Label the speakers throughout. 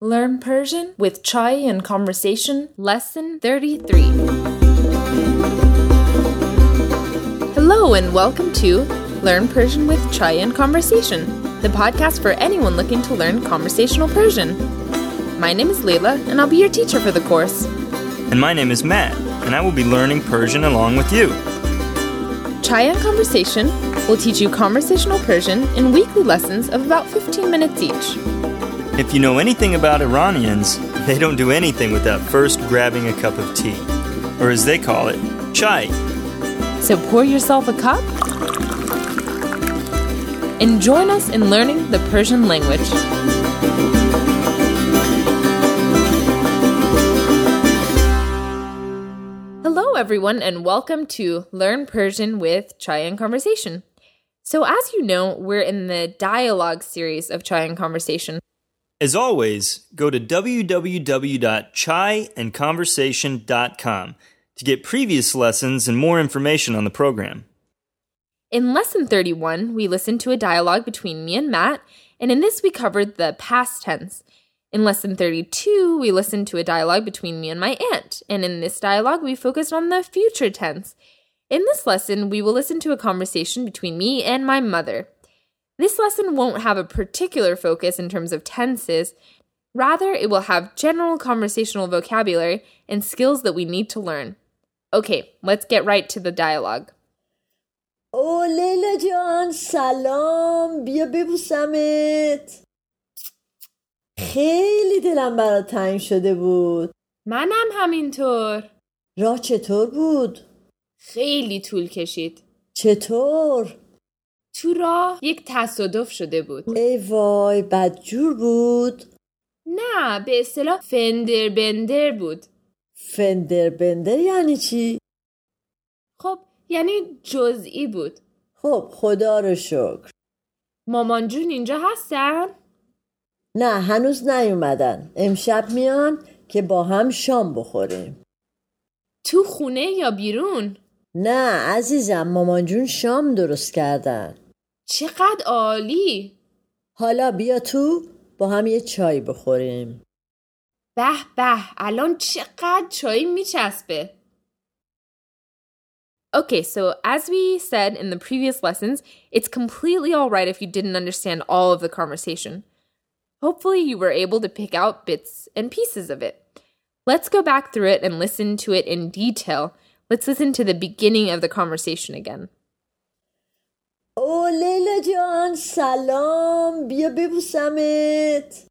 Speaker 1: Learn Persian with Chai and Conversation, Lesson 33. Hello, and welcome to Learn Persian with Chai and Conversation, the podcast for anyone looking to learn conversational Persian. My name is Leila, and I'll be your teacher for the course.
Speaker 2: And my name is Matt, and I will be learning Persian along with you.
Speaker 1: Chai and Conversation will teach you conversational Persian in weekly lessons of about 15 minutes each.
Speaker 2: If you know anything about Iranians, they don't do anything without first grabbing a cup of tea, or as they call it, chai.
Speaker 1: So pour yourself a cup and join us in learning the Persian language. Hello, everyone, and welcome to Learn Persian with Chai and Conversation. So, as you know, we're in the dialogue series of Chai and Conversation.
Speaker 2: As always, go to www.chaiandconversation.com to get previous lessons and more information on the program.
Speaker 1: In lesson 31, we listened to a dialogue between me and Matt, and in this we covered the past tense. In lesson 32, we listened to a dialogue between me and my aunt, and in this dialogue, we focused on the future tense. In this lesson, we will listen to a conversation between me and my mother. This lesson won't have a particular focus in terms of tenses, rather, it will have general conversational vocabulary and skills that we need to learn. Okay, let's get right to the dialogue.
Speaker 3: او لیلا جان سلام بیا ببوسمت خیلی دلم برات تنگ شده بود
Speaker 1: منم همینطور
Speaker 3: راه چطور بود؟
Speaker 1: خیلی طول کشید
Speaker 3: چطور؟
Speaker 1: تو راه یک تصادف شده بود
Speaker 3: ای وای بدجور بود
Speaker 1: نه به اصطلاح فندر بندر بود
Speaker 3: فندر بندر یعنی چی؟
Speaker 1: خب یعنی جزئی بود
Speaker 3: خب خدا رو شکر
Speaker 1: مامان جون اینجا هستن
Speaker 3: نه هنوز نیومدن امشب میان که با هم شام بخوریم
Speaker 1: تو خونه یا بیرون
Speaker 3: نه عزیزم مامان جون شام درست کردن
Speaker 1: چقدر عالی
Speaker 3: حالا بیا تو با هم یه چای بخوریم
Speaker 1: به به الان چقدر چای میچسبه Okay, so as we said in the previous lessons, it's completely all right if you didn't understand all of the conversation. Hopefully, you were able to pick out bits and pieces of it. Let's go back through it and listen to it in detail. Let's listen to the beginning of the conversation again.
Speaker 3: او لیلا جان سلام بیا ببوسمت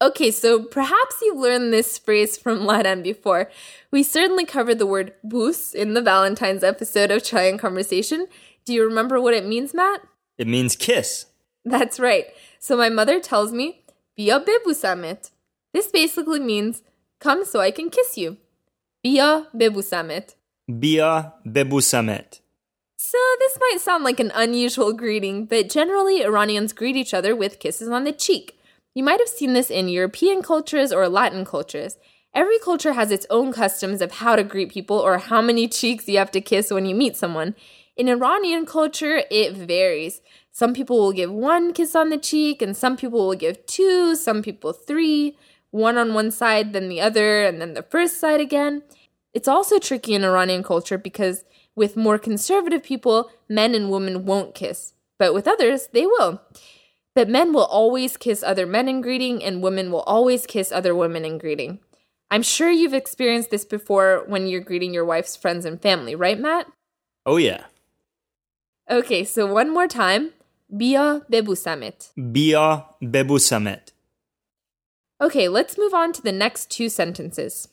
Speaker 1: Okay, so perhaps you've learned this phrase from Laden before. We certainly covered the word boos in the Valentine's episode of Try and Conversation. Do you remember what it means, Matt?
Speaker 2: It means kiss.
Speaker 1: That's right. So my mother tells me, Bia bebusamet. This basically means, come so I can kiss you. Bia bebusamet.
Speaker 2: Bia bebusamet.
Speaker 1: So this might sound like an unusual greeting, but generally Iranians greet each other with kisses on the cheek. You might have seen this in European cultures or Latin cultures. Every culture has its own customs of how to greet people or how many cheeks you have to kiss when you meet someone. In Iranian culture, it varies. Some people will give one kiss on the cheek, and some people will give two, some people three, one on one side, then the other, and then the first side again. It's also tricky in Iranian culture because with more conservative people, men and women won't kiss, but with others, they will. But men will always kiss other men in greeting, and women will always kiss other women in greeting. I'm sure you've experienced this before when you're greeting your wife's friends and family, right, Matt?
Speaker 2: Oh, yeah.
Speaker 1: Okay, so one more time. Bia bebusamet.
Speaker 2: Bia bebusamet.
Speaker 1: Okay, let's move on to the next two sentences.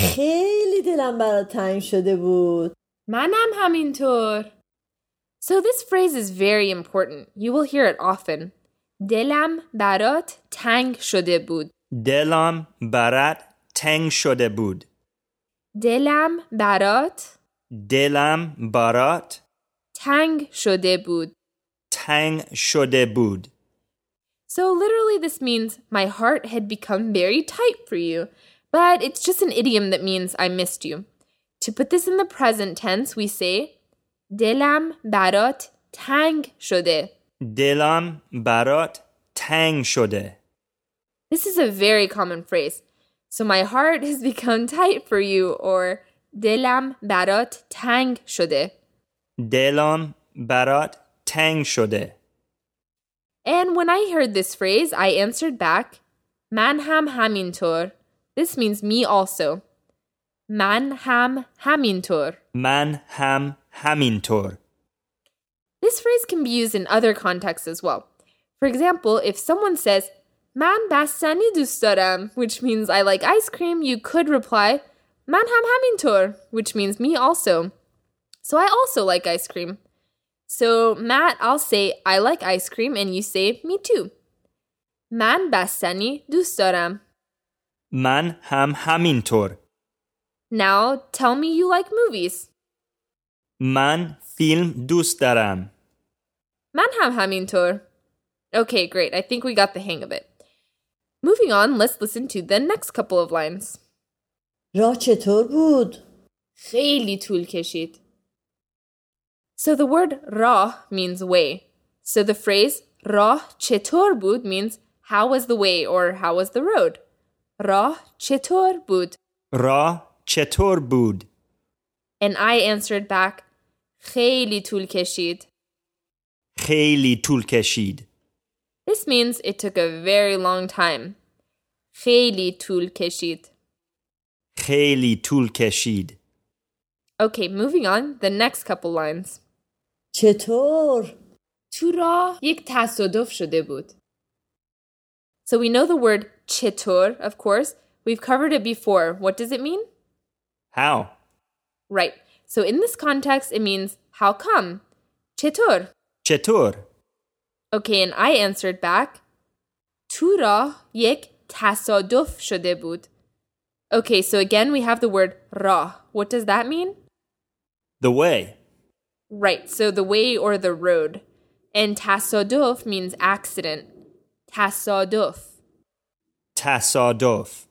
Speaker 3: خیلی دلم برات تنگ شده بود
Speaker 1: Manam hamintor. So this phrase is very important. You will hear it often. Delam barat tang shode bud.
Speaker 2: Delam barat tang shode bud.
Speaker 1: Delam barat
Speaker 2: Delam barat
Speaker 1: tang shode bud.
Speaker 2: tang shode bud.
Speaker 1: So literally this means my heart had become very tight for you, but it's just an idiom that means I missed you. To put this in the present tense, we say delam barat tang shode.
Speaker 2: Delam barat تنگ شده
Speaker 1: This is a very common phrase. So my heart has become tight for you or دلم برات تنگ شده.
Speaker 2: دلم برات تنگ شده
Speaker 1: And when I heard this phrase, I answered back, من هم همینطور. This means me also. من هم همینطور.
Speaker 2: من هم همینطور
Speaker 1: This phrase can be used in other contexts as well. For example, if someone says, من بستنی دوست دارم, which means I like ice cream, you could reply, من هم همینطور, which means me also. So I also like ice cream. So, Matt, I'll say, I like ice cream, and you say, me too. من بستنی دوست دارم.
Speaker 2: من هم همینطور
Speaker 1: Now, tell me you like movies.
Speaker 2: من فیلم دوست دارم
Speaker 1: من هم همینطور. Okay, great. I think we got the hang of it. Moving on, let's listen to the next couple of lines.
Speaker 3: راه چطور بود؟
Speaker 1: خیلی طول کشید. So the word راه means way. So the phrase راه چطور بود means how was the way or how was the road. راه چطور بود
Speaker 2: راه چطور بود
Speaker 1: and I answered back خیلی طول کشید.
Speaker 2: خیلی طول کشید
Speaker 1: This means it took a very long time. خیلی طول کشید.
Speaker 2: خیلی طول کشید
Speaker 1: Okay, moving on, the next couple lines.
Speaker 3: چطور؟
Speaker 1: تو راه یک تصادف شده بود. So we know the word چطور, of course. We've covered it before. What does it mean?
Speaker 2: How?
Speaker 1: Right. So in this context, it means how come? چطور.
Speaker 2: چطور؟
Speaker 1: Okay, and I answered back. تو راه یک تصادف شده بود. Okay, so again we have the word راه. What does that mean?
Speaker 2: The way
Speaker 1: Right, so the way or the road. And تصادف means accident. تصادف.
Speaker 2: تصادف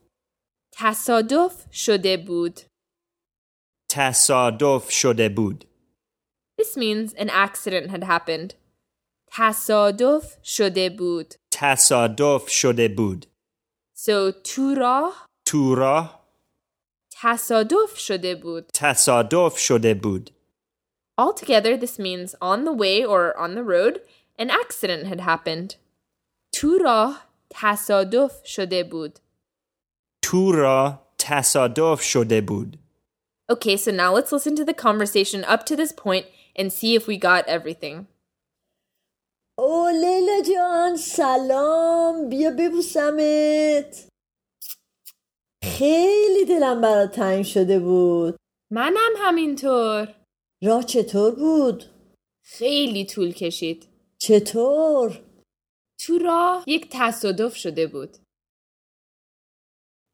Speaker 1: تصادف شده بود.
Speaker 2: تصادف شده بود
Speaker 1: This means an accident had happened. تصادف شده بود.
Speaker 2: تصادف شده بود
Speaker 1: So تو راه
Speaker 2: تو راه
Speaker 1: تصادف شده بود.
Speaker 2: تصادف شده بود
Speaker 1: Altogether, this means on the way or on the road, an accident had happened. تو راه تصادف شده بود.
Speaker 2: تو راه تصادف شده بود
Speaker 1: Okay, so now let's listen to the conversation up to this point and see if we got everything.
Speaker 3: او لیلا جان سلام بیا ببوسمت خیلی دلم برات تنگ شده بود
Speaker 1: منم همینطور.
Speaker 3: راه چطور بود؟
Speaker 1: خیلی طول کشید.
Speaker 3: چطور؟
Speaker 1: تو راه یک تصادف شده بود.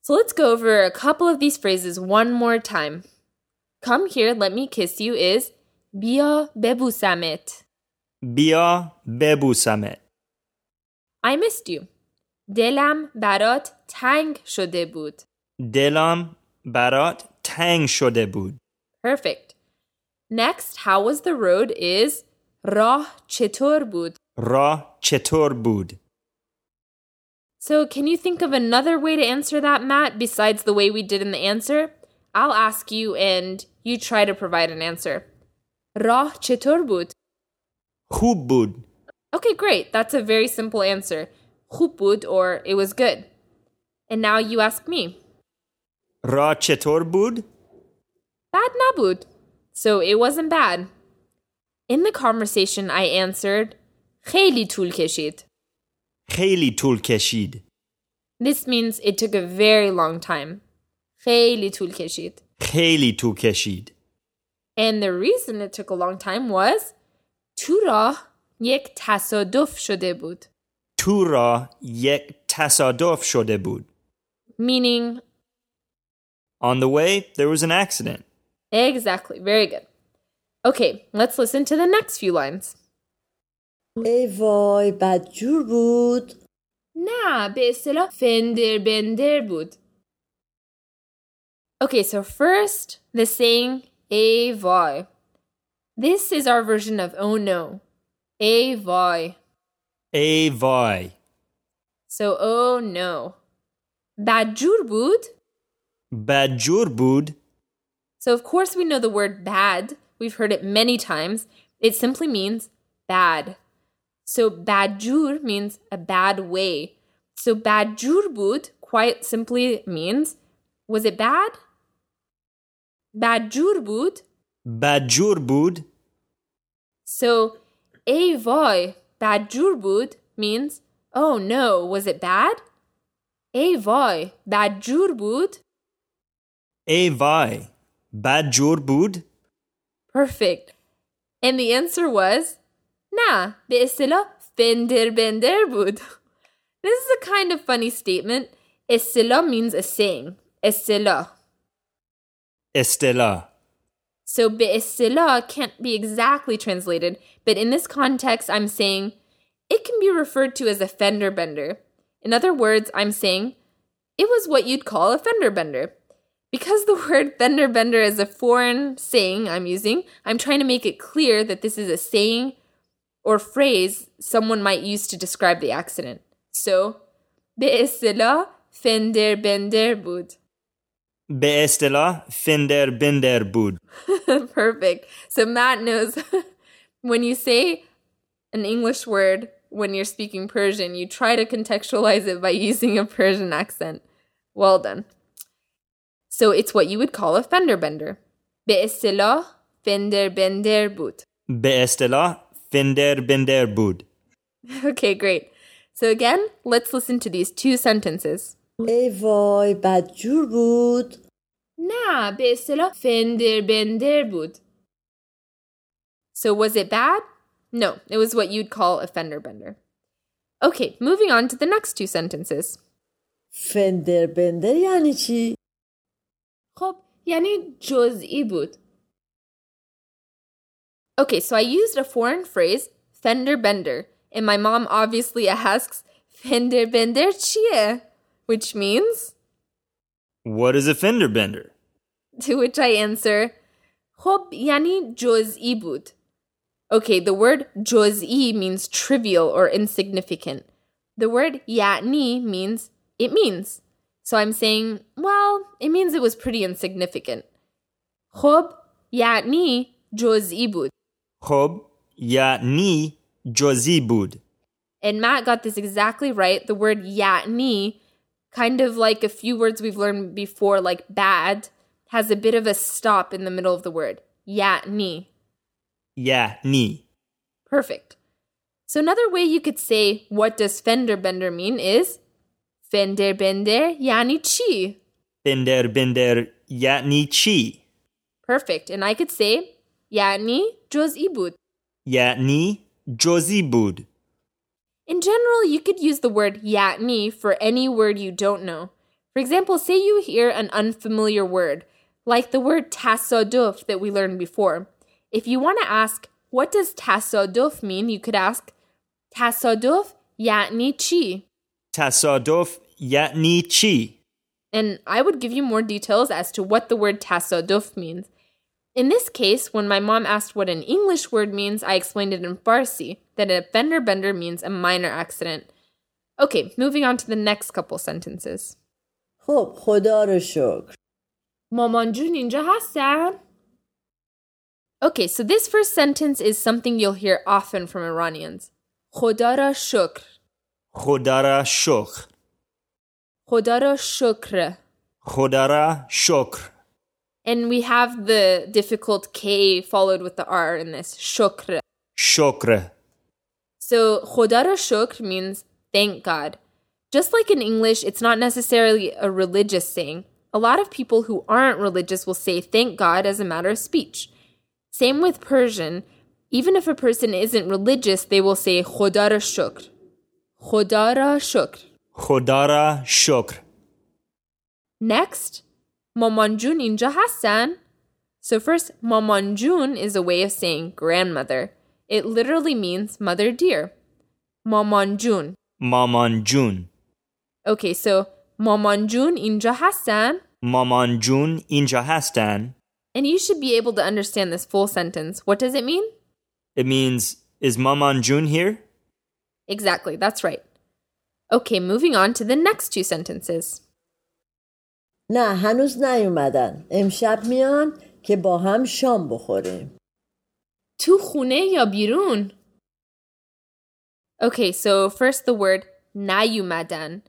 Speaker 1: So let's go over a couple of these phrases one more time. Come here, let me kiss you is بیا ببوسمت.
Speaker 2: بیا ببوسمت
Speaker 1: I missed you. دلم برات تنگ شده بود.
Speaker 2: دلم برات تنگ شده بود
Speaker 1: Perfect. Next, how was the road is راه چطور بود.
Speaker 2: راه چطور بود
Speaker 1: So, can you think of another way to answer that, Matt, besides the way we did in the answer? I'll ask you and you try to provide an answer. راه چطور بود?
Speaker 2: خوب بود
Speaker 1: Okay, great. That's a very simple answer. خوب بود or it was good. And now you ask me.
Speaker 2: راه چطور بود
Speaker 1: Bad نبود. So it wasn't bad. In the conversation, I answered خیلی طول کشید.
Speaker 2: خیلی طول کشید
Speaker 1: This means it took a very long time. خیلی طول کشید.
Speaker 2: خیلی طول کشید
Speaker 1: And the reason it took a long time was تو راه یک تصادف شده بود.
Speaker 2: تو راه یک تصادف شده بود
Speaker 1: Meaning,
Speaker 2: On the way, there was an accident.
Speaker 1: exactly, very good. Okay, let's listen to the next few lines.
Speaker 3: ای وای بدجور بود
Speaker 1: نه به اصطلاح فندر بندر بود. Okay, so first the saying ای وای. This is our version of oh no. ای وای.
Speaker 2: A voy.
Speaker 1: So, oh no. بدجور بود.
Speaker 2: بدجور بود.
Speaker 1: So, of course, we know the word bad. We've heard it many times. It simply means bad. So, badjur means a bad way. So, badjur bud quite simply means was it bad? Badjur bud.
Speaker 2: بدجور بود.
Speaker 1: So, ey voy, badjur bud means oh no, was it bad? Ey voy, badjur bud.
Speaker 2: ای وای. بدجور بود.
Speaker 1: Perfect. And the answer was, nah, به اصطلاح fender bender بود. This is a kind of funny statement. اصطلاح means a saying. اصطلاح.
Speaker 2: استلا.
Speaker 1: So به اصطلاح can't be exactly translated, but in this context, I'm saying it can be referred to as a fender bender. In other words, I'm saying it was what you'd call a fender bender. Because the word fender bender is a foreign saying I'm using, I'm trying to make it clear that this is a saying or phrase someone might use to describe the accident. So, به اصطلاح fender bender بود.
Speaker 2: به اصطلاح فندر بندر بود.
Speaker 1: Perfect. So Matt knows when you say an English word when you're speaking Persian, you try to contextualize it by using a Persian accent. Well done. So it's what you would call a fender bender. به اصطلاح fender bender بود.
Speaker 2: به اصطلاح فندر بندر بود.
Speaker 1: Okay, great. So again, let's listen to these two sentences.
Speaker 3: ای وای بدجور بود
Speaker 1: نه به اصطلاح fender bender بود. So was it bad? No, it was what you'd call a fender bender. Okay, moving on to the next two sentences.
Speaker 3: فندر بندر یعنی چی؟
Speaker 1: خب یعنی جزئی بود. Okay, so I used a foreign phrase, fender bender, and my mom obviously asks, fender bender چیه? Which means,
Speaker 2: What is a fender bender?
Speaker 1: to which I answer, خب یعنی جزئی بود. Okay, the word جزئی means trivial or insignificant. The word یعنی means it means. So I'm saying, well, it means it was pretty insignificant. خب یعنی جزئی بود.
Speaker 2: خب یعنی جزی بود.
Speaker 1: And Matt got this exactly right. The word yatni, kind of like a few words we've learned before, like bad, has a bit of a stop in the middle of the word. Yatni.
Speaker 2: یعنی.
Speaker 1: Perfect. So another way you could say what does fender bender mean is fender bender yani chi.
Speaker 2: فندر بندر یعنی چی؟
Speaker 1: Perfect. And I could say yani juz ibud.
Speaker 2: یعنی جزی بود.
Speaker 1: In general, you could use the word yatni for any word you don't know. For example, say you hear an unfamiliar word, like the word tasoduf that we learned before. If you want to ask, what does tasoduf mean? You could ask, tasoduf yatni chi.
Speaker 2: تصادف یعنی چی؟
Speaker 1: And I would give you more details as to what the word tasoduf means. In this case, when my mom asked what an English word means, I explained it in Farsi that a fender bender means a minor accident. Okay, moving on to the next couple sentences.
Speaker 3: خب خدا رو شکر
Speaker 1: مامان جون اینجا هستن؟ Okay, so this first sentence is something you'll hear often from Iranians. خدا را شکر.
Speaker 2: خدا را شکر.
Speaker 1: خدا را شکر.
Speaker 2: خدا را شکر.
Speaker 1: And we have the difficult K followed with the R in this. Shukr.
Speaker 2: شکر.
Speaker 1: So, خدا را شکر means thank God. Just like in English, it's not necessarily a religious saying. A lot of people who aren't religious will say thank God as a matter of speech. Same with Persian. Even if a person isn't religious, they will say خدا را شکر. خدا را شکر.
Speaker 2: خدا را شکر.
Speaker 1: Next, mamanjun inja hassan. So first, mamanjun is a way of saying grandmother. It literally means mother dear. Mamanjun.
Speaker 2: مامان جون.
Speaker 1: Okay, so mamanjun inja hassan.
Speaker 2: مامان جون اینجا هستن.
Speaker 1: And you should be able to understand this full sentence. What does it mean?
Speaker 2: It means, is مامان جون here?
Speaker 1: Exactly, that's right. Okay, moving on to the next two sentences.
Speaker 3: نه هنوز نیومدن امشب میان که با هم شام بخوریم
Speaker 1: تو خونه یا بیرون? Okay, so first the word nayumadan.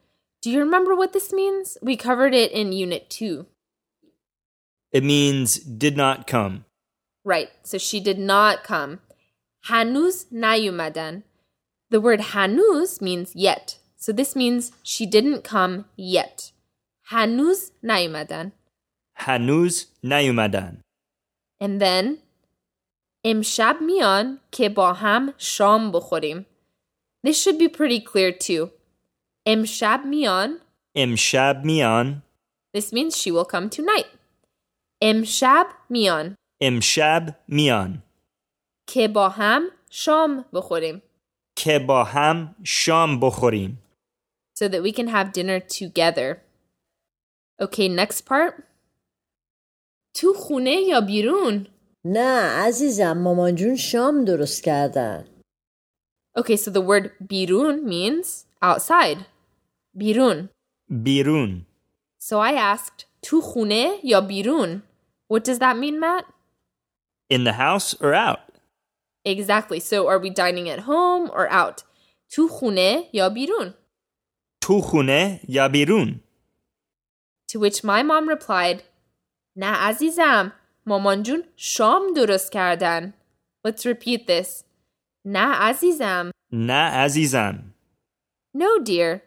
Speaker 1: Do you remember what this means? We covered it in Unit 2.
Speaker 2: It means did not come.
Speaker 1: Right, so she did not come. Hanuz nayumadan. The word hanuz means yet. So this means she didn't come yet. Hanuz nayumadan.
Speaker 2: Hanuz nayumadan.
Speaker 1: And then امشب میان که با هم شام بخوریم. This should be pretty clear too. امشب میان
Speaker 2: Imshab mian.
Speaker 1: This means she will come tonight. امشب میان
Speaker 2: Imshab mian.
Speaker 1: که با هم شام بخوریم.
Speaker 2: که با هم شام بخوریم.
Speaker 1: So that we can have dinner together. Okay, next part. تو خونه یا بیرون?
Speaker 3: نه عزیزم مامان جون شام درست کردن
Speaker 1: Okay, so the word birun means outside. Birun.
Speaker 2: بیرون.
Speaker 1: So I asked, tu khune ya birun? What does that mean, Matt?
Speaker 2: In the house or out?
Speaker 1: Exactly. So are we dining at home or out? Tu khune ya birun?
Speaker 2: تو خونه یا بیرون؟
Speaker 1: To which my mom replied, Na azizam, mamanjun sham durust kardan. Let's repeat this. Na azizam,
Speaker 2: نه عزیزم.
Speaker 1: no dear.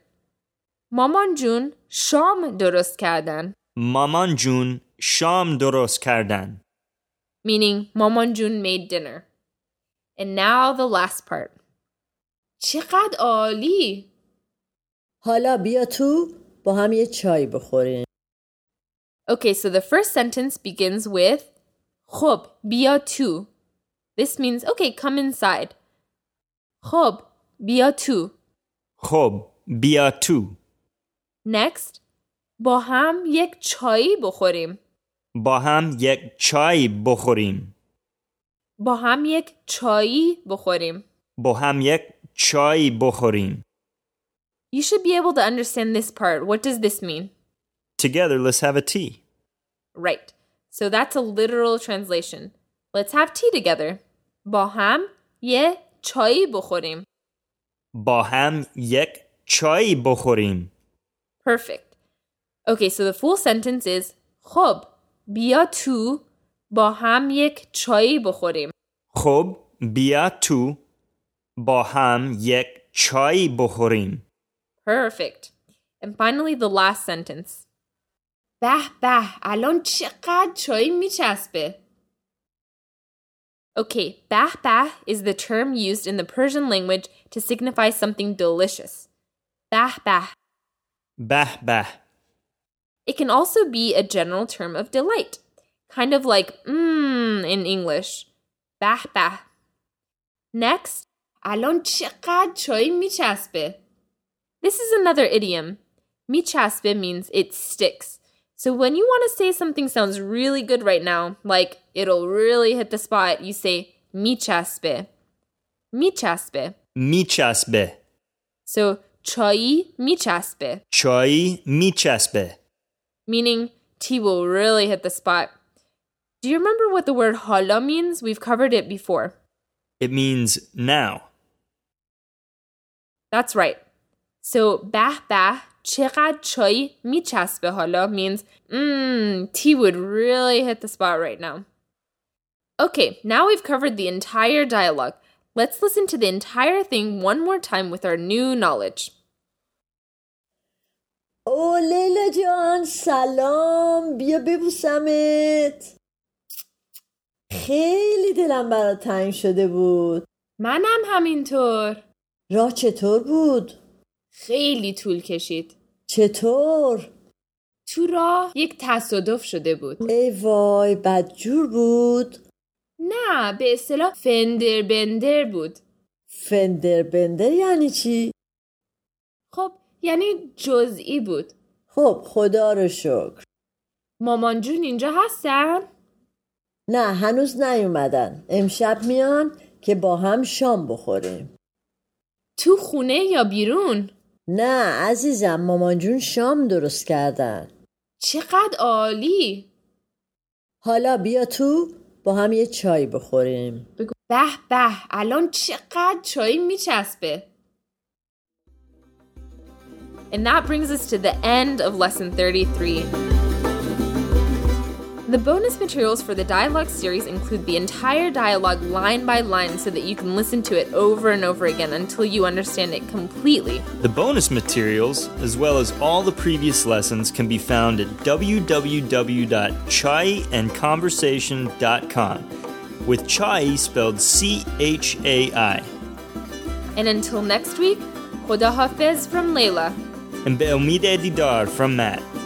Speaker 1: Mamanjun sham durust kardan.
Speaker 2: مامان جون شام درست کردن.
Speaker 1: meaning مامانجون made dinner. And now the last part. چقدر عالی!
Speaker 3: حالا بیا تو با هم یه چای بخوریم
Speaker 1: Okay, so the first sentence begins with خب بیا تو. This means okay, come inside. خب بیا تو.
Speaker 2: خب بیا تو.
Speaker 1: Next با هم یک چایی بخوریم.
Speaker 2: با هم یک چای بخوریم.
Speaker 1: با هم یک چایی بخوریم.
Speaker 2: با هم یک چای بخوریم.
Speaker 1: You should be able to understand this part. What does this mean?
Speaker 2: Together let's have a tea.
Speaker 1: Right. So that's a literal translation. Let's have tea together. با هم یه چایی بخوریم.
Speaker 2: با هم یک چای بخوریم.
Speaker 1: Perfect. Okay, so the full sentence is خب بیا تو با هم یک چایی بخوریم.
Speaker 2: خب بیا تو. با هم یک چای بخوریم.
Speaker 1: Perfect. And finally the last sentence. به به الان چقدر چای میچسبه. Okay, bah bah is the term used in the Persian language to signify something delicious. Bah bah.
Speaker 2: به به.
Speaker 1: It can also be a general term of delight, kind of like mmm in English. Bah bah. Next, الان چقدر چای میچسبه. This is another idiom. Michaspe means it sticks. So when you want to say something sounds really good right now, like it'll really hit the spot, you say michaspe. Michaspe.
Speaker 2: میچسبه.
Speaker 1: So chai michaspe.
Speaker 2: چای میچسبه.
Speaker 1: meaning tea will really hit the spot. Do you remember what the word hala means? We've covered it before.
Speaker 2: It means now.
Speaker 1: That's right. So bah bah چقدر چای میچسبه حالا means mmm tea would really hit the spot right now. Okay, now we've covered the entire dialogue. Let's listen to the entire thing one more time with our new knowledge.
Speaker 3: او لیلا جان سلام بیا ببوسمت خیلی دلم برات تنگ شده بود
Speaker 1: منم همینطور.
Speaker 3: راه چطور بود؟
Speaker 1: خیلی طول کشید.
Speaker 3: چطور؟
Speaker 1: تو راه یک تصادف شده بود.
Speaker 3: ای وای بدجور بود
Speaker 1: نه به اصطلاح فندر بندر بود
Speaker 3: فندر بندر یعنی چی؟
Speaker 1: خب یعنی جزئی بود
Speaker 3: خب خدا رو شکر
Speaker 1: مامان جون اینجا هستن
Speaker 3: نه هنوز نیومدن امشب میان که با هم شام بخوریم
Speaker 1: تو خونه یا بیرون
Speaker 3: نه عزیزم مامان جون شام درست کردن
Speaker 1: چقدر عالی
Speaker 3: حالا بیا تو با هم یه چای بخوریم
Speaker 1: بگو به به الان چقدر چای میچسبه And that brings us to the end of lesson 33. The bonus materials for the dialogue series include the entire dialogue line by line so that you can listen to it over and over again until you understand it completely.
Speaker 2: The bonus materials, as well as all the previous lessons, can be found at www.chaiandconversation.com, with chai spelled C H A I.
Speaker 1: And until next week, Khuda Hafiz from Layla.
Speaker 2: And Beomide Didar from Matt.